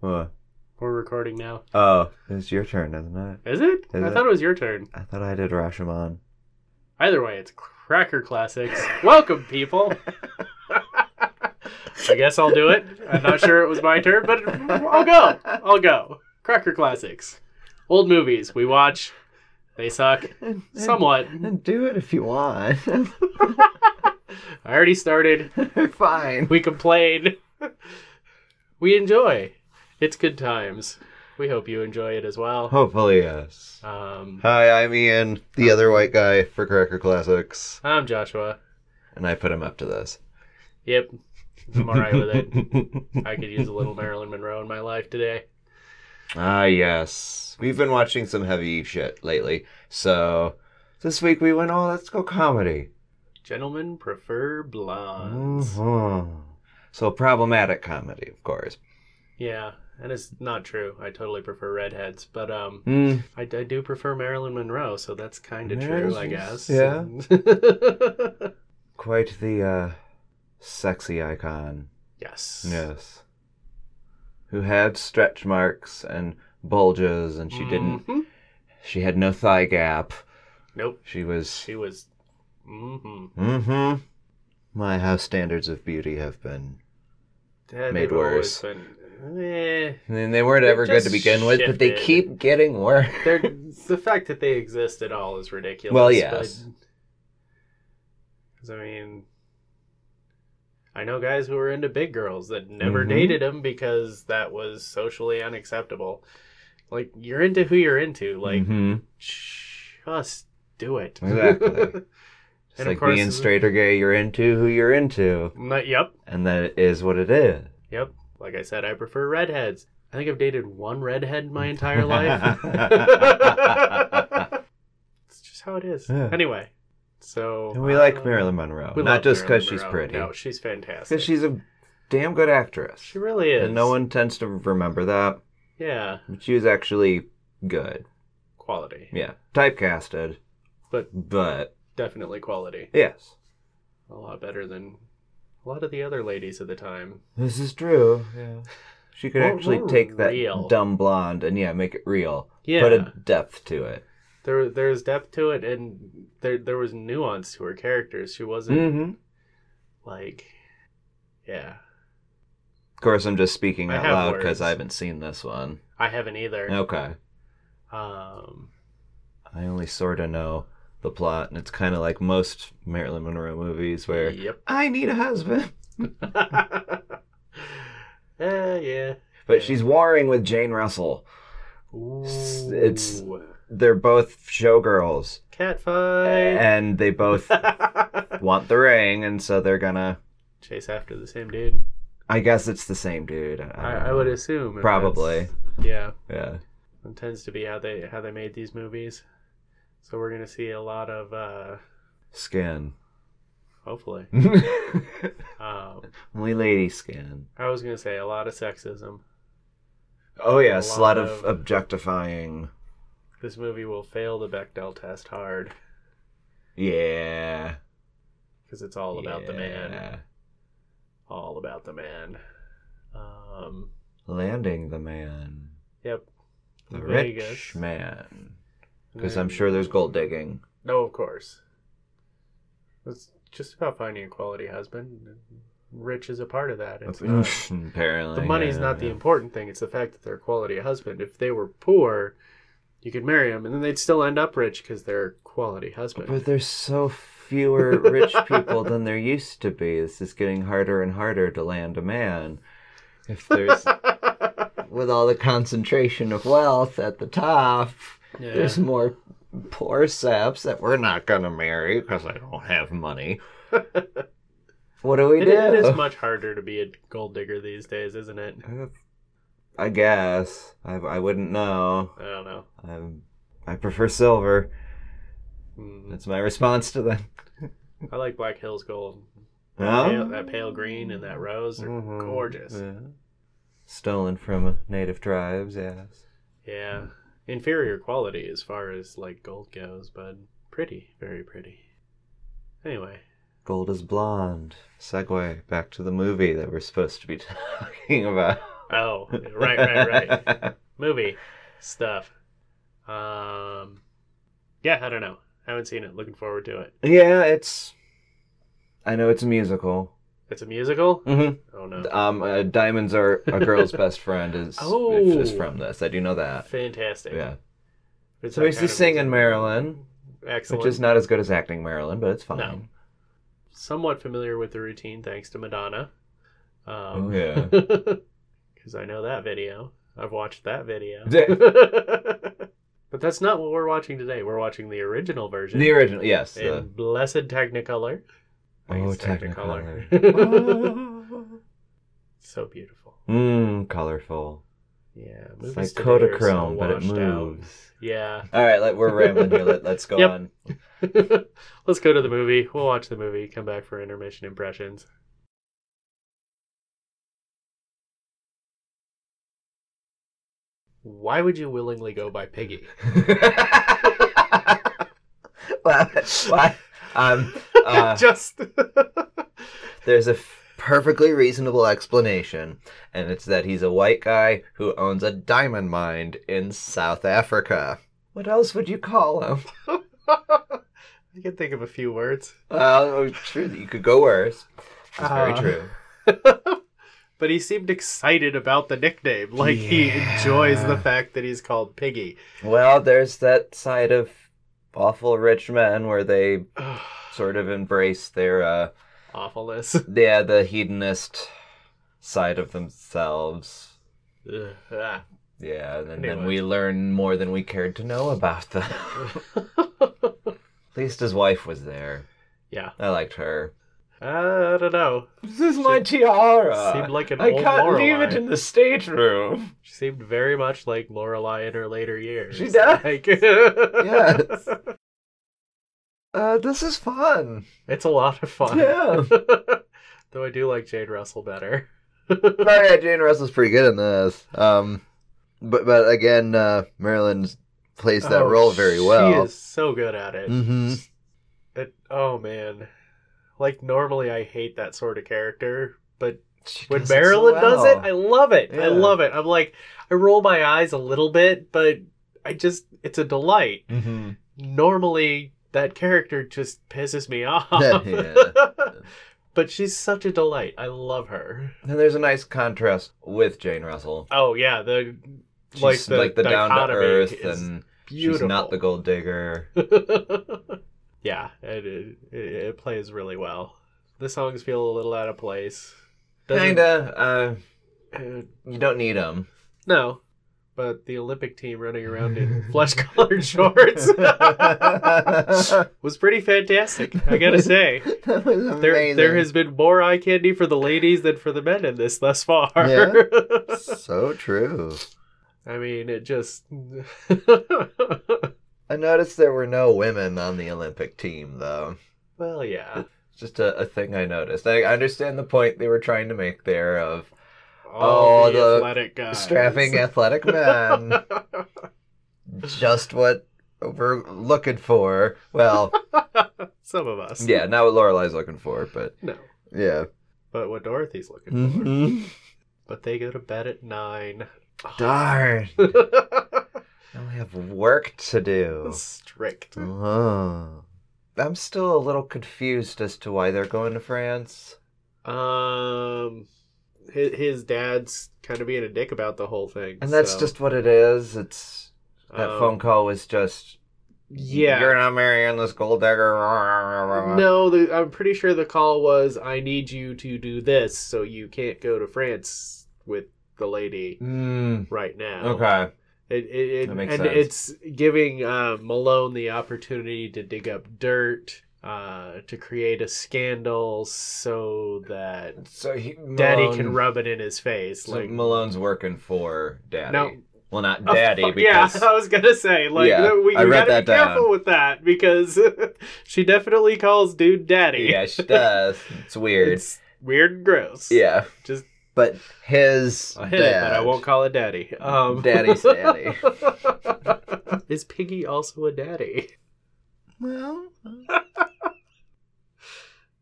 What? We're recording now. Oh, it's your turn, isn't it? Is it? Is I it? thought it was your turn. I thought I did Rashomon. Either way, it's Cracker Classics. Welcome, people. I guess I'll do it. I'm not sure it was my turn, but I'll go. I'll go. Cracker Classics. Old movies we watch. They suck somewhat. And do it if you want. I already started. Fine. We complain. We enjoy. It's good times. We hope you enjoy it as well. Hopefully, yes. Um, Hi, I'm Ian, the other white guy for Cracker Classics, I'm Joshua. and I put him up to this. Yep. I'm alright with it. I could use a little Marilyn Monroe in my life today. Ah, yes. We've been watching some heavy shit lately, so this week we went, oh, let's go comedy. Gentlemen prefer blondes. Mhm. So problematic comedy, of course. Yeah, that is not true. I totally prefer redheads, but um, Mm. I, I do prefer Marilyn Monroe, so that's kind of Yeah, true, I she's- guess. yeah. And- Quite the uh, sexy icon. yes. Yes. Who had stretch marks and bulges, and she didn't. Mhm. She had no thigh gap. Nope. She was. She was. Mm-hmm. Mm-hmm. My house standards of beauty have been. Made worse. Been, eh, I mean, they weren't They ever good to just begin with, but they shifted. keep getting worse. they're, the fact that they exist at all is ridiculous. Well, yes. Because, I mean, I know guys who were into big girls that never Mhm. dated them because that was socially unacceptable. Like, you're into who you're into. Like, Mhm. just do it. Exactly. It's of like course- uh, being straight or gay, you're into who you're into, Not- yep, and that is what it is. yep. Like I said, I prefer redheads. I think I've dated one redhead my entire life. it's just how it is. Yeah. Anyway, so And we like uh, Marilyn Monroe, we Oh, not love just Marilyn because she's Monroe. pretty, No, because she's fantastic. she's a damn good actress. She really is. And no one tends to remember that. Yeah, But She was actually good. quality. Yeah. Typecasted. But- But Definitely quality. yes. A lot better than a lot of the other ladies of the time. This is true. Yeah. She could More- actually more take that real. dumb blonde and yeah, make it real. Yeah, Put a depth to it. there there's depth to it, and there there was nuance to her characters. She wasn't Mm-hmm. like, yeah, Of course I'm just speaking I out have loud because words. I haven't seen this one. I haven't either. Okay. Um, I only sorta know the plot and it's kinda like most Marilyn Monroe movies where Yep. I need a husband. uh, Eh, yeah. But Yeah. she's warring with Jane Russell. Ooh. it's- They're both showgirls. cat fight. And they both want the ring, and so they're gonna. Chase after the same dude. I guess it's the same dude. I, I, don't I know. would assume. if Probably. that's- Yeah. Yeah. It tends to be how they how they made these movies. So we're gonna see a lot of uh Skin. hopefully. Um Only lady skin. I was gonna say a lot of sexism. Oh yeah, a A lot lot of, of- objectifying. This movie will fail the Bechdel test hard Yeah. because it's all about the man. Yeah. All about the man. Um Landing the man. Yep. The Vegas. rich man. And Because I'm then- sure there's gold digging. No, of course. It's just about finding a quality husband. Rich is a part of that. It's not, Apparently. the money's yeah, not the yeah. important thing. It's the fact that they're a quality husband. If they were poor, you could marry them, and then they'd still end up rich because they're a quality husband. But there's so fewer rich people than there used to be. This is getting harder and harder to land a man. If there's with all the concentration of wealth at the top, yeah. there's more poor saps that we're not gonna marry because I don't have money. what do we It- do? it is much harder to be a gold digger these days, isn't it? I guess I, I wouldn't know. I don't know. i I prefer silver. Mm. That's my response to that. I like Black Hills Gold. Huh? Pale- that pale green and that rose are Mhm. gorgeous. Yeah. Stolen from native tribes, yes. Yeah. Inferior quality as far as like gold goes, but pretty, very pretty. Anyway, Gold is blonde. Segue back to the movie that we're supposed to be talking about. Oh, right, right, right. Movie stuff. Um, yeah, I don't know. Haven't seen it. Looking forward to it. yeah, it's. I know it's a musical. It's a musical. Mm-hmm. Oh no. Um, uh, Diamonds Are a Girl's Best Friend is, Oh. is from this. I do know that. Fantastic. Yeah. It's So that he's kind just of singing music. Marilyn, Excellent. which is not as good as acting Marilyn, but it's fine. No. Somewhat familiar with the routine thanks to Madonna. Oh, Um, yeah. because I know that video. I've watched that video. Yeah. but that's not what we're watching today. We're watching the original version the original, yes. in The, blessed Technicolor. I think oh, it's Technicolor. so beautiful. Mmm, colorful. Yeah, It's movies like today are so Kodachrome, but it washed out. moves. Yeah. All right, let, we're rambling here. Let, let's go Yep. on. Let's go to the movie. We'll watch the movie. Come back for intermission impressions. Why would you willingly go by Piggy? Well, why- um, uh, Just there's a f- perfectly reasonable explanation, and it's that he's a white guy who owns a diamond mine in South Africa. What else would you call him? I can think of a few words, Well, it's true that you could go worse. That's very Uh, true. but he seemed excited about the nickname. Like he Yeah. enjoys the fact that he's called Piggy. Well, there's that side of awful rich men where they sort of embrace their uh, Awfulness. yeah, the hedonist side of themselves. Ugh, ah. Yeah, and then, Anyway. then we learn more than we cared to know about them. At least his wife was there. yeah, I liked her. I don't know. This is my tiara. Seemed like an Uh, I old can't leave Lorelei. it in the stateroom. She seemed very much like Lorelai in her later years. She does. Like, Yes. Uh, this is fun. It's a lot of fun. Yeah. Though I do like Jade Russell better. no, yeah, Jane Russell's pretty good in this. Um, but but again, uh, Marilyn plays that Oh, role very well. She is so good at it. Mm-hmm. it. Oh man. Like normally I hate that sort of character, but when Marilyn does it, I love it. I Yeah. love it. I'm like I roll my eyes a little bit, but I just it's a delight. Mm-hmm. normally that character just pisses me off. Yeah. but she's such a delight. I love her. And there's a nice contrast with Jane Russell. Oh yeah, the She's like the, down to dichotomy earth, is and beautiful. she's not the gold digger. yeah, it, it it plays really well. The songs feel a little out of place. Doesn't- Kinda. Uh, uh, you don't need them. no, but the Olympic team running around in flesh colored shorts was pretty fantastic. I gotta say. that was amazing. There, there has been more eye candy for the ladies than for the men in this thus far. Yeah. so true. I mean, it just. I noticed there were no women on the Olympic team, though. well, yeah. It's Just a, a thing I noticed. I understand the point they were trying to make there of All Oh, the, the athletic guys. strapping athletic men. just what we're looking for. Well, Some of us. yeah, not what Lorelai's looking for, but No, yeah. but what Dorothy's looking for. Mm-hmm. But they go to bed at nine. Darn. I only have work to do. Strict. Oh. I'm still a little confused as to why they're going to France. Um, his, his dad's kind of being a dick about the whole thing. And that's so, just what it is. It's that um, phone call was just Yeah. You're not marrying this gold digger. No, the, I'm pretty sure the call was, "I need you to do this, so you can't go to France with the lady Mm, right now." okay. It, it, it- That makes and sense. it's giving uh, Malone the opportunity to dig up dirt, uh, to create a scandal, so that So he, Daddy Malone- can rub it in his face. So Like Malone's working for Daddy. No. Well, not Oh, Daddy fuck, because yeah, I was gonna say like Yeah, we, you I read gotta that be careful down. with that because she definitely calls dude daddy. yeah, she does. It's weird. It's weird and gross. yeah, Just- but his I hit it, dad, but I won't call it daddy. Um, Daddy's daddy. is Piggy also a daddy? well,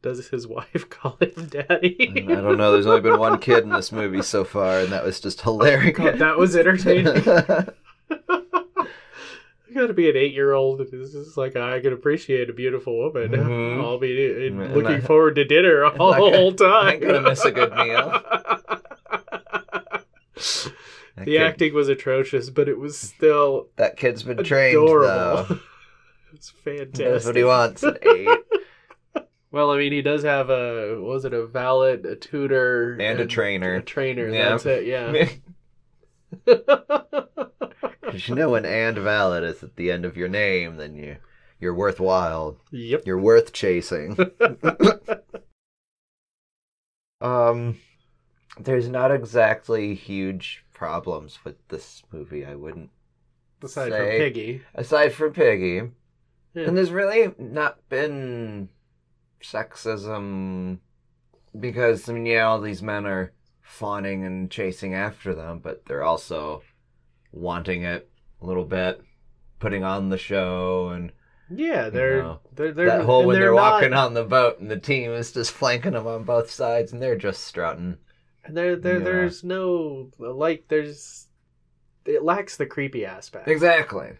Does his wife call him daddy? Mm, I don't know. There's only been one kid in this movie so far, and that was just hilarious. God, that was entertaining. You got to be an eight-year-old. It's just like I can appreciate a beautiful woman. Mhm. I'll be in- Mm, and looking I- forward to dinner all not gonna- whole not time. gonna miss a good meal. That the kid- acting was atrocious, but it was still That kid's been trained, though. adorable. it's He knows what he fantastic. wants at eight. Well, I mean, he does have a what was it a valet, a tutor, And a trainer. A trainer. Yeah. That's it. Yeah. Because you know when and valid is at the end of your name, then you you're worthwhile. yep. You're worth chasing. um there's not exactly huge problems with this movie, I wouldn't Aside from Say- Piggy, aside from Piggy. Yeah. And there's really not been sexism because I mean, yeah, all these men are fawning and chasing after them, but they're also wanting it a little bit, putting on the show, and yeah, they're know, they're they're that whole and when they're, not- walking on the boat and the team is just flanking them on both sides, and they're just strutting. And there, there, Yeah. there's no like, there's it lacks the creepy aspect. Exactly.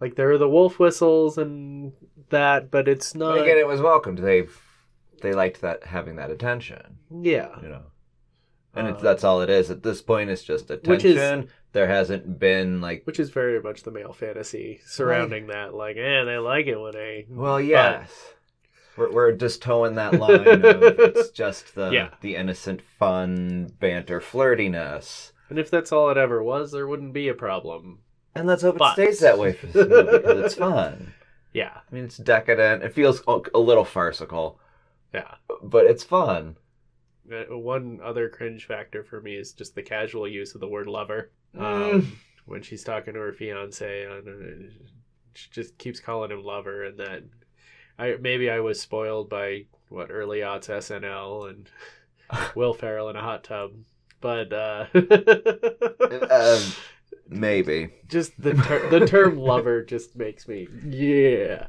Like there are the wolf whistles and that, but it's not. But again, it was welcomed. They they liked that having that attention. yeah, you know. And it's, Um, that's all it is at this point. It's just Which is- attention. There hasn't been like, which is very much the male fantasy surrounding that. Like, eh, they like it when I. well, yes, we're, we're just towing that line. of it's just the Yeah. the innocent fun banter flirtiness, And if that's all it ever was, there wouldn't be a problem. and let's hope But- it stays that way for this movie because it's fun. Yeah, I mean, it's decadent. It feels a, a little farcical, yeah. but it's fun. Uh, One other cringe factor for me is just the casual use of the word lover. Mm. Um, when she's talking to her fiance, and uh, she just keeps calling him lover, and that I maybe I was spoiled by what early aughts SNL and Will Ferrell in a hot tub, but uh, Um, Maybe just the ter- the term lover just makes me yeah,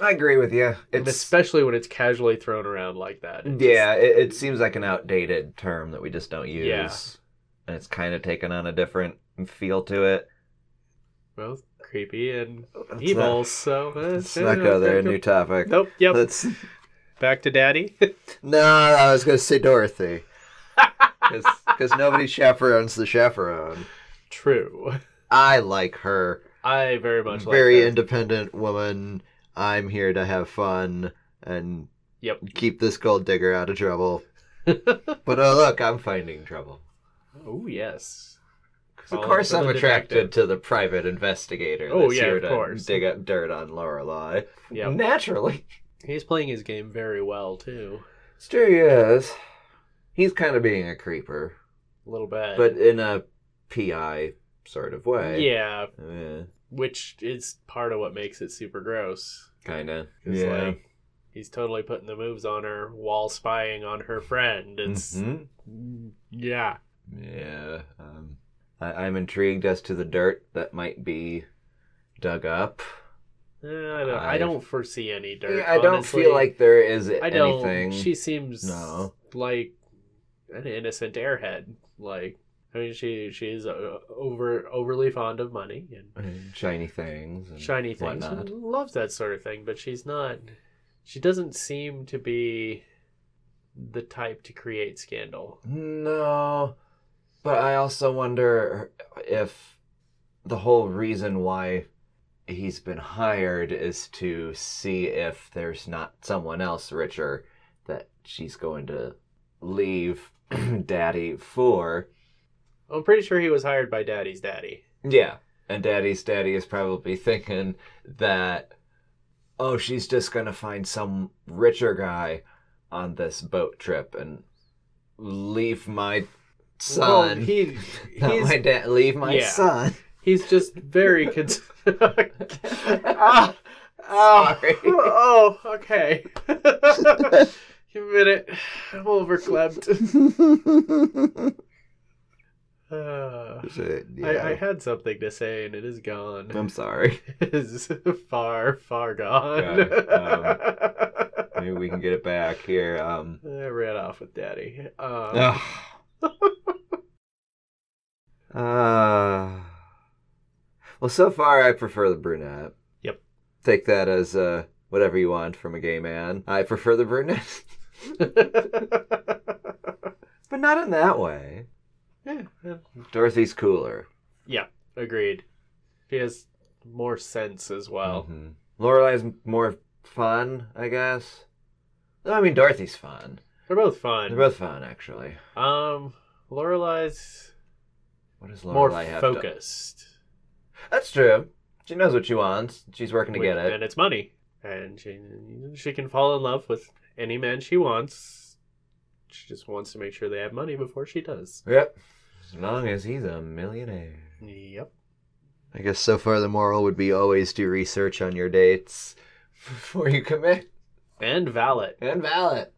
I agree with you. and It's especially when it's casually thrown around like that. it just- Yeah, it, it seems like an outdated term that we just don't use. Yeah. And it's kind of taken on a different feel to it. both creepy and Let's evil. not- so uh, Let's not go there. New topic. Nope. Yep. Let's. Back to daddy. No, I was going to say Dorothy. Because nobody chaperones the chaperone. True. I like her. I very much like Very that. independent woman. I'm here to have fun and Yep. keep this gold digger out of trouble. but oh, look, I'm finding trouble. Oh yes. Of Call course, for I'm the attracted to the private investigator. Oh, that's yeah, here of to course. Dig up dirt on Lorelai. Yep. Naturally, He's playing his game very well too. sure he is. He's kind of being a creeper, A little bit. but in a PI sort of way. Eh, yeah, yeah which is part of what makes it super gross. kind of. 'Cause, like he's totally putting the moves on her while spying on her friend. It's Mhm. yeah. Yeah. Um, I- I'm intrigued as to the dirt that might be dug up. Eh, I don't, I, I- don't foresee any dirt. I don't honestly. feel like there is I don't. anything. She seems No. like an innocent airhead. Like I mean, she she's uh, over overly fond of money and shiny things. and shiny things. whatnot. She loves that sort of thing, but she's not. She doesn't seem to be the type to create scandal. No, but I also wonder if the whole reason why he's been hired is to see if there's not someone else richer that she's going to leave Daddy for. I'm pretty sure he was hired by Daddy's daddy. Yeah. And Daddy's daddy is probably thinking that, oh, she's just going to find some richer guy on this boat trip and leave my son. Well, he Not he's my dad. Leave my yeah. son. he's just very concerned. Ah, oh, Sorry. oh, okay. Give me a minute. I'm overclamped. Uh, I, I had something to say and it is gone. am sorry. is far, far gone. Yeah, Maybe we can get it back here. Um, I ran off with daddy. Um, ugh. uh, well, so far I prefer the brunette. Yep. Take that as uh, whatever you want from a gay man. I prefer the brunette, but not in that way. yeah, Dorothy's cooler. agreed. He has more sense as well. hmm Lorelai's more fun, I guess. No, I mean Dorothy's fun. They're both fun. They're both fun, actually. Um, Lorelai's What does more Lorelai have? to- focused. That's true. She knows what she wants. She's working to with- get it. and it's money, and she she can fall in love with any man she wants. She just wants to make sure they have money before she does. Yep. As long as he's a millionaire. Yep. I guess so far the moral would be always do research on your dates before you commit. And valet. And valid.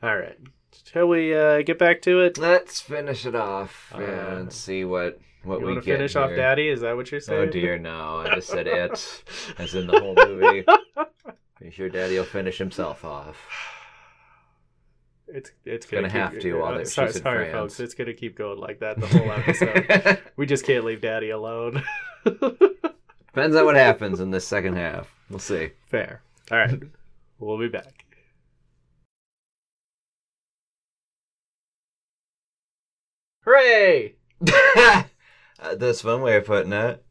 All right. Shall we uh, get back to it? Let's finish it off Uh, and see what what you we want to get. finish off here. Daddy? Is that what you're saying? Oh dear, no! I just said it, as in the whole movie. Pretty sure Daddy will finish himself off. It's it's Gonna have to while uh, they're- sorry, she's in sorry France. folks. It's gonna keep going like that the whole episode. we just can't leave Daddy alone. Depends on what happens in this second half. We'll see. Fair. All right. we'll be back. Hooray! Uh, That's one way of putting it.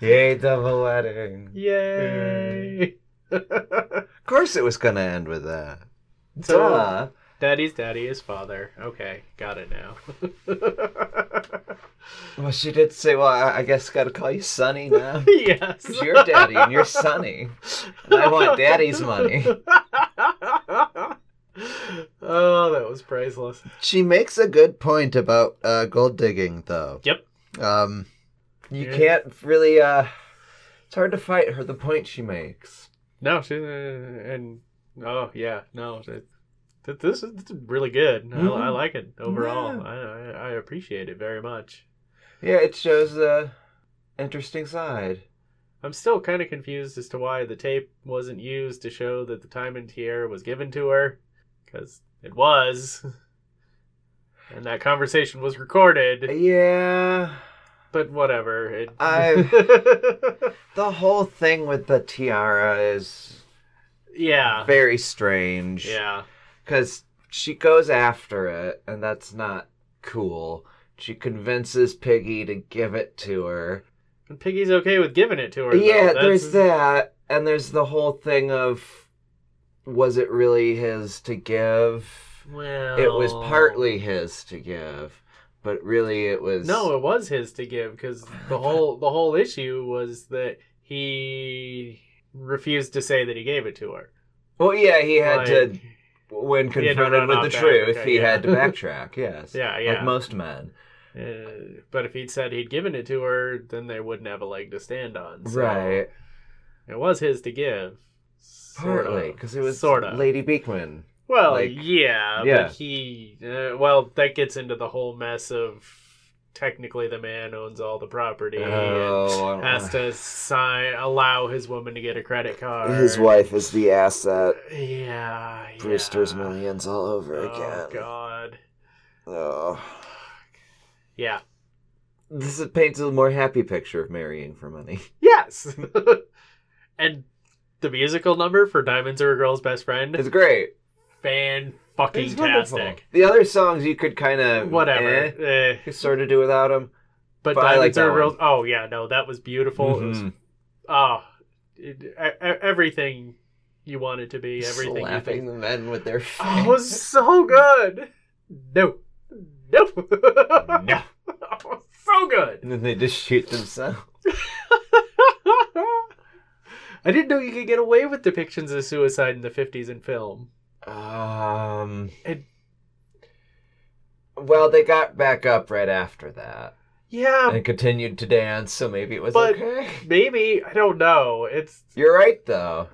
Yay, double wedding. Yay! Of course it was gonna end with that. So- Duh. Daddy's daddy is father. Okay, got it now. Well, she did say, well, I I guess gotta call you Sonny now. yes. 'Cause you're daddy and you're Sonny. And I want daddy's money. oh, that was priceless. She makes a good point about uh, gold digging, though. Yep. Um, you Yeah. can't really, uh, it's hard to fight her, the point she makes. No, she uh, and oh yeah, no, that, that- this is this is really good. Mhm. I, I like it overall. Yeah. I, I I appreciate it very much. Yeah, it shows the interesting side. I'm still kind of confused as to why the tape wasn't used to show that the diamond tiara was given to her, because it was, and that conversation was recorded. Yeah. But whatever. It... The whole thing with the tiara is yeah, very strange. yeah, Because she goes after it, and that's not cool. She convinces Piggy to give it to her. and Piggy's okay with giving it to her. though. yeah, there's That's- that, and there's the whole thing of was it really his to give? Well, It was partly his to give, but really it was No, it was his to give because Oh the whole the whole issue was that he refused to say that he gave it to her. Well, yeah, he had to Like, when He had to confronted run with off the to truth, Africa, he yeah. had to backtrack. Yes, Yeah, like yeah. most men. uh, but if he'd said he'd given it to her, then they wouldn't have a leg to stand on. So right, It was his to give. sort of. partly because it was sort of. Lady Beekman. well, like- yeah, yeah. But he. Uh, well, that gets into the whole mess of. Technically, the man owns all the property Oh, I don't- and has to sign allow his woman to get a credit card. is the asset. Yeah. yeah. millions all over Oh God. Oh. Yeah. This is- paints a more happy picture of marrying for money. Yes. and the musical number for "Diamonds Are a Girl's Best Friend" It's great. fan fucking tastic. The other songs you could kind of Whatever. Eh. sort of do without them. Um, But, But I like "Diamonds that Are a Girl's." one. Oh yeah, no, that was beautiful. It Mm-hmm. was oh, it, e- e- everything you want it to be. Everything. you Slapping think- the men with their face. Oh, it was so good. No. No. no. Oh, so good. And then they just shoot themselves. I didn't know you could get away with depictions of suicide in the 50s in film. Um. It- Well, they got back up right after that Yeah, and continued to dance, so maybe it was But- okay. maybe. I don't know. It's, You're right, though.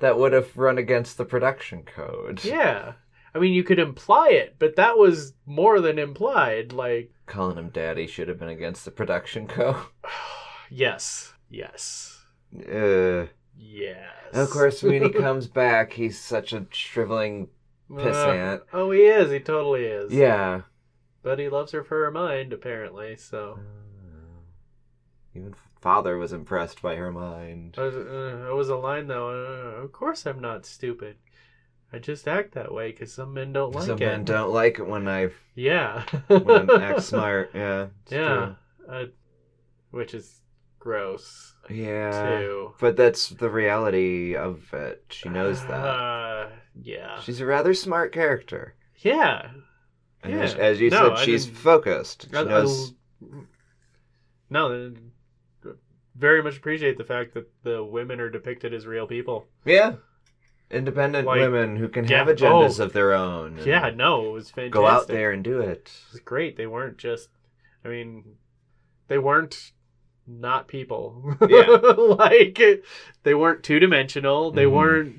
That would have run against the production code. yeah. I mean, you could imply it, but that was more than implied. Like, Calling him daddy should have been against the production code. yes, yes. Uh, Yes. of course, when he comes back, he's such a shriveling pissant. oh, he is. He totally is. Yeah. But he loves her for her mind, apparently. So Even father was impressed by her mind. I was, uh, it was a line though. Uh, of course, I'm not stupid. I just act that way because some men don't like Some it. men don't like it when I Yeah. when I act smart. Yeah. it's Yeah. Uh, which is gross true. Yeah. too. But that's the reality of it. She knows that. Uh, yeah. She's a rather smart character. Yeah. And as, Yeah. as you No, said, I she's didn't- focused. She I- I- knows. no, I very much appreciate the fact that the women are depicted as real people. yeah. Independent Like, women who can have yeah, agendas oh. of their own. and Yeah, no, it was fantastic. Go out there and do it. It was great. They weren't just, I mean, they weren't not people. Yeah. like, they weren't two dimensional. They Mhm. weren't.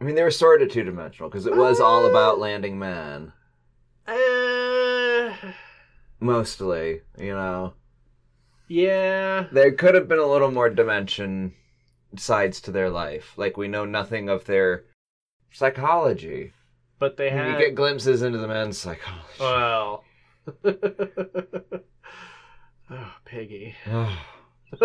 I mean, they were sort of two dimensional because it was all Ah. about landing men. Uh, Mostly, you know. yeah. There could have been a little more dimension sides to their life. Like, we know nothing of their psychology. But they I mean, had. you get glimpses into the men's psychology. Well. oh, Piggy. yeah.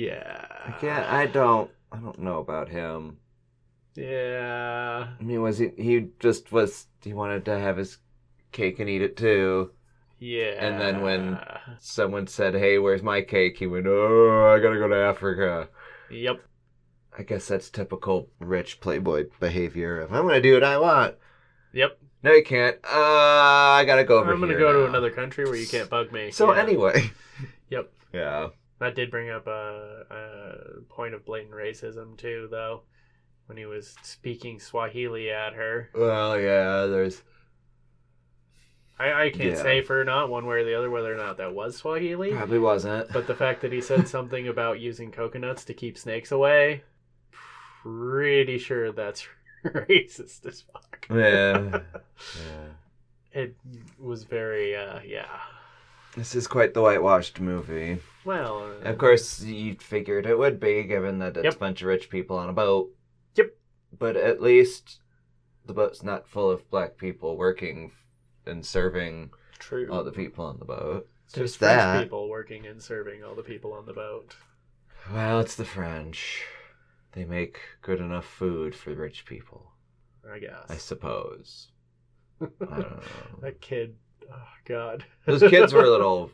I can't. I don't. I don't know about him. Yeah. I mean, was he? He just was. He wanted to have his cake and eat it too. Yeah. And then when- Someone said, "Hey, where's my cake?" He went, "Oh, I gotta go to Africa." Yep. I guess that's typical rich playboy behavior. If I'm gonna do what I want, Yep. no, you can't. Uh, I gotta go over I'm gonna here go to now. another country where you can't bug me. So Yeah. anyway. Yep. Yeah. That did bring up a, a point of blatant racism too, though, when he was speaking Swahili at her. Well, yeah. There's. I, I can't Yeah. say for not one way or the other whether or not that was Swahili, Probably wasn't. but the fact that he said something about using coconuts to keep snakes away, pretty sure that's racist as fuck. yeah. yeah. It was very, uh, yeah. This is quite the whitewashed movie. Well, uh, Of course, you figured it would be, given that it's Yep. a bunch of rich people on a boat. Yep. But at least the boat's not full of black people working and serving true. all the people on the boat. There's just French that. people working and serving all the people on the boat. Well, it's the French. They make good enough food for rich people, I guess. I suppose. I don't know. That kid. Oh God. Those kids were a little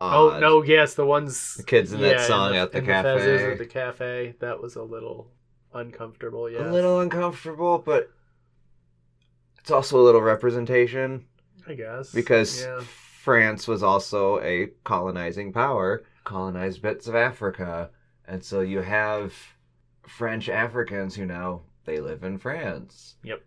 odd. Oh no! Yes, the ones. The kids in that song and at the and cafe. fezzes at the cafe. That was a little uncomfortable. Yeah. A little uncomfortable, but it's also a little representation. I guess. because Yeah. France was also a colonizing power, colonized bits of Africa, and so you have French Africans who now they live in France. Yep.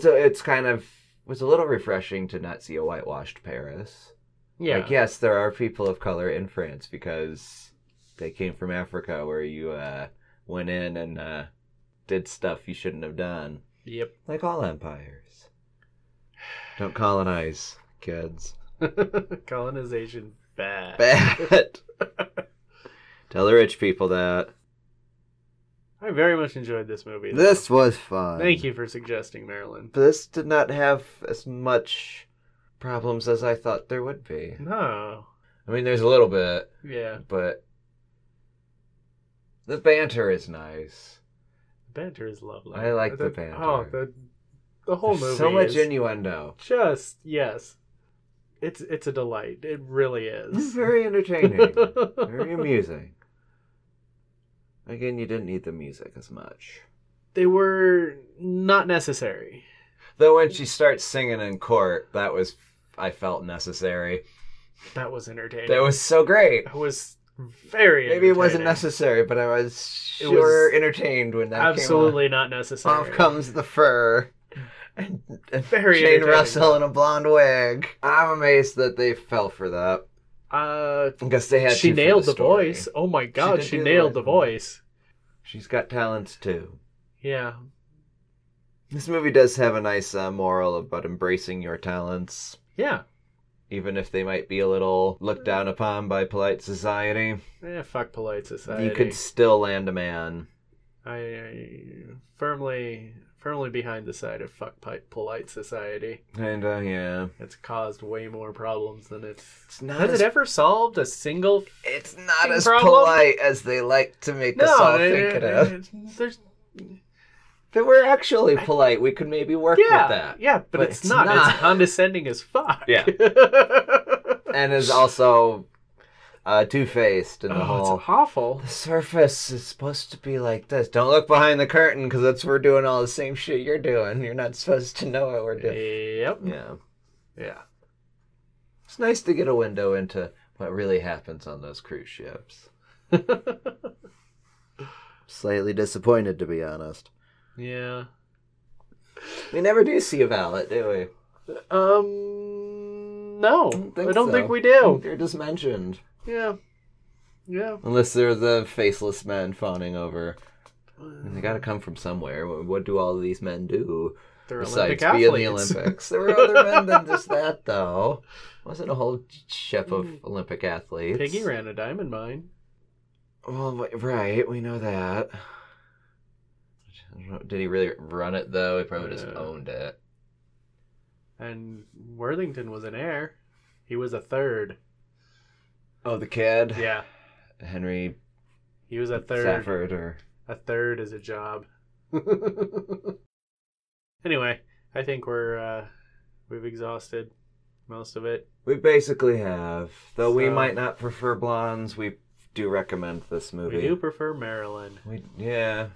So it's kind of was a little refreshing to not see a whitewashed Paris. Yeah. Like yes, there are people of color in France because they came from Africa where you uh, went in and uh, did stuff you shouldn't have done, Yep. like all empires. Don't colonize, kids. Colonization bad. bad. Tell the rich people that. I very much enjoyed this movie. though. This was fun. Thank you for suggesting Marilyn. This did not have as much problems as I thought there would be. No. I mean, there's a little bit, Yeah. but the banter is nice. Banter is lovely. I like the banter. Oh, the the whole There's movie. so much is innuendo. Just yes. It's it's a delight. It really It's is. very entertaining, very amusing. Again, you didn't need the music as much. they were not necessary. Though when she starts singing in court, that was I felt necessary. That was entertaining. That was so great. That was very Maybe it wasn't entertaining. necessary, but I was It sure was- entertained when that Absolutely not came on. necessary. Off comes the fur. And, and Very Jane entertaining. Russell in a blonde wig. I'm amazed that they fell for that. Uh, I guess they had she to for nailed the, story. voice. Oh my god, did she, do the nailed the voice. voice. She's got talents too. Yeah. This movie does have a nice uh, moral about embracing your talents, Yeah. even if they might be a little looked down upon by polite society. Eh, fuck polite society. You could still land a man. I, I firmly firmly behind the side of fuck pi- polite society. And uh, yeah, It's caused way more problems than it's. it's not Has as it ever solved a single? it's not Fucking as problem? polite as they like to make us all I- think it I- is. it's- eh, there's If it were actually polite, we could maybe work yeah, with that. yeah, but, it's, not. It's condescending as fuck. Yeah. And is also uh, two faced in the oh, whole. it's awful. The surface is supposed to be like this. Don't look behind the curtain because that's we're doing all the same shit you're doing. You're not supposed to know what we're doing. Yep. Yeah. Yeah. It's nice to get a window into what really happens on those cruise ships. Slightly disappointed, to be honest. Yeah. We never do see a valet, do we? Um. No, don't think I don't so. think we do. They're just mentioned. Yeah. Yeah. Unless they're the faceless men fawning over. They gotta come from somewhere. What do all of these men do They're besides Olympic be athletes. in the Olympics? There were other men than just that, though. Wasn't a whole ship of Olympic athletes. Mm-hmm. Piggy ran a diamond mine. Well, wh- right, we know that. I don't know, Did he really run it though? He probably just Yeah. owned it. And Worthington was an heir. He was a third. Oh, the kid, Yeah, Henry he was a third. Safford, or A third is a job. anyway, I think we're uh, we've exhausted most of it. we basically have. Though we So- might not prefer blondes, we do recommend this movie. We do prefer Marilyn. We- yeah.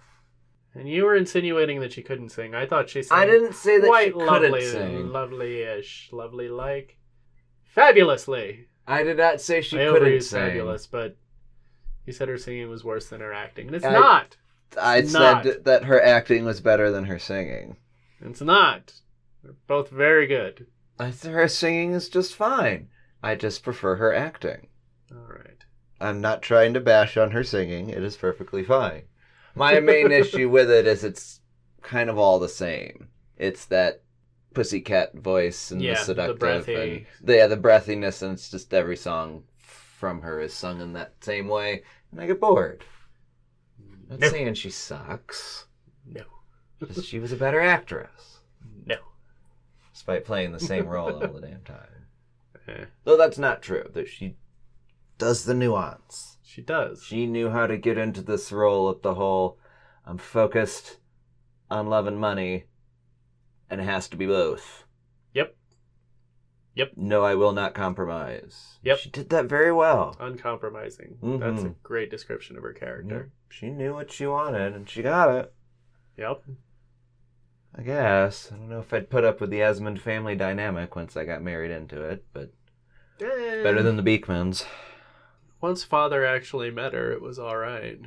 And you were insinuating that she couldn't sing. I thought she sang. I didn't say that quite she couldn't lovely, sing. lovely-ish, lovely like, fabulously. I did not say she I couldn't overused sing. fabulous, but you said her singing was worse than her acting, and it's I- not. I Not. said that her acting was better than her singing. It's not. They're both very good. I th- her singing is just fine. I just prefer her acting. All right. I'm not trying to bash on her singing. It is perfectly fine. My main issue with it is it's kind of all the same. It's that pussycat voice and Yeah, the the seductive breathy. and the, yeah, the breathiness and it's just every song from her is sung in that same way and I get bored. I'm not No. saying she sucks. No. Just she was a better actress. No. Despite playing the same role all the damn time. Eh, Though that's not true, that she does the nuance. she does. She knew how to get into this role of the whole I'm focused on love and money and it has to be both. Yep. Yep. No, I will not compromise. Yep. Uh, She did that very well. Uncompromising. That's a Mhm. great description of her character. She knew what she wanted and she got it. Yep. I guess. I don't know if I'd put up with the Esmond family dynamic once I got married into it, but Eh, better than the Beekmans. once father actually met her, it was all right.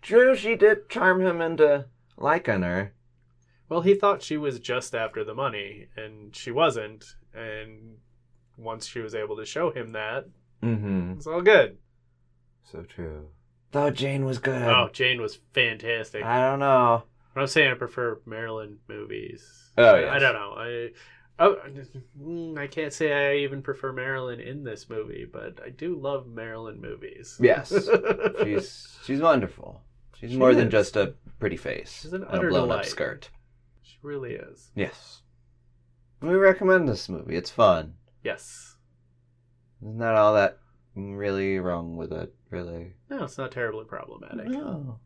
True, she did charm him into liking her. Well, he thought she was just after the money, and she wasn't. And once she was able to show him that, Mm hmm. it's all good. So true. Thought Jane was good. Oh, Jane was fantastic. I don't know. But I'm saying I prefer Maryland movies. Oh, I, yes. I don't know. I oh, mm, I can't say I even prefer Maryland in this movie, but I do love Maryland movies. Yes. she's she's wonderful. She's She more than is. just a pretty face She's an and utter a blown up delight. skirt. she really is. Yes. We recommend this movie. It's fun. Yes. There's not all that really wrong with it, really. No, it's not terribly problematic. No.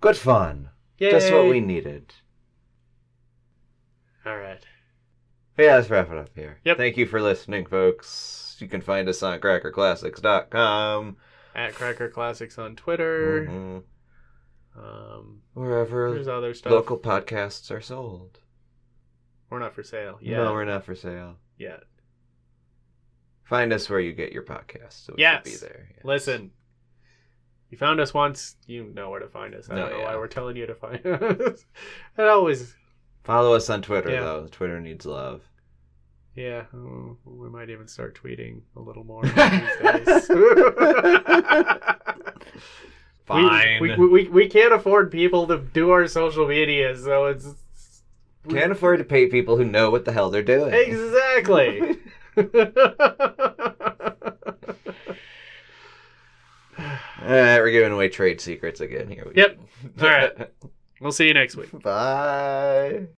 Good fun. Yay. Just what we needed. All right. But yeah, let's wrap it up here. Yep. Thank you for listening, folks. You can find us on crackerclassics.com. At Cracker Classics on Twitter. Mhm. Um, Wherever there's other stuff. local podcasts are sold. We're not for sale. Yeah. No, we're not for sale. yeah. Find us where you get your podcasts. So we Yes. should be there. Yes. Listen. You found us once, you know where to find us. I No, don't know yeah. why we're telling you to find us. it always Follow us on Twitter Yeah. though. Twitter needs love. Yeah, oh, we might even start tweeting a little more these days. Fine. We, we, we, we can't afford people to do our social media, so it's. Can't afford to pay people who know what the hell they're doing. Exactly! All right, we're giving away trade secrets again. Here we Yep. All right. We'll see you next week. go. Bye.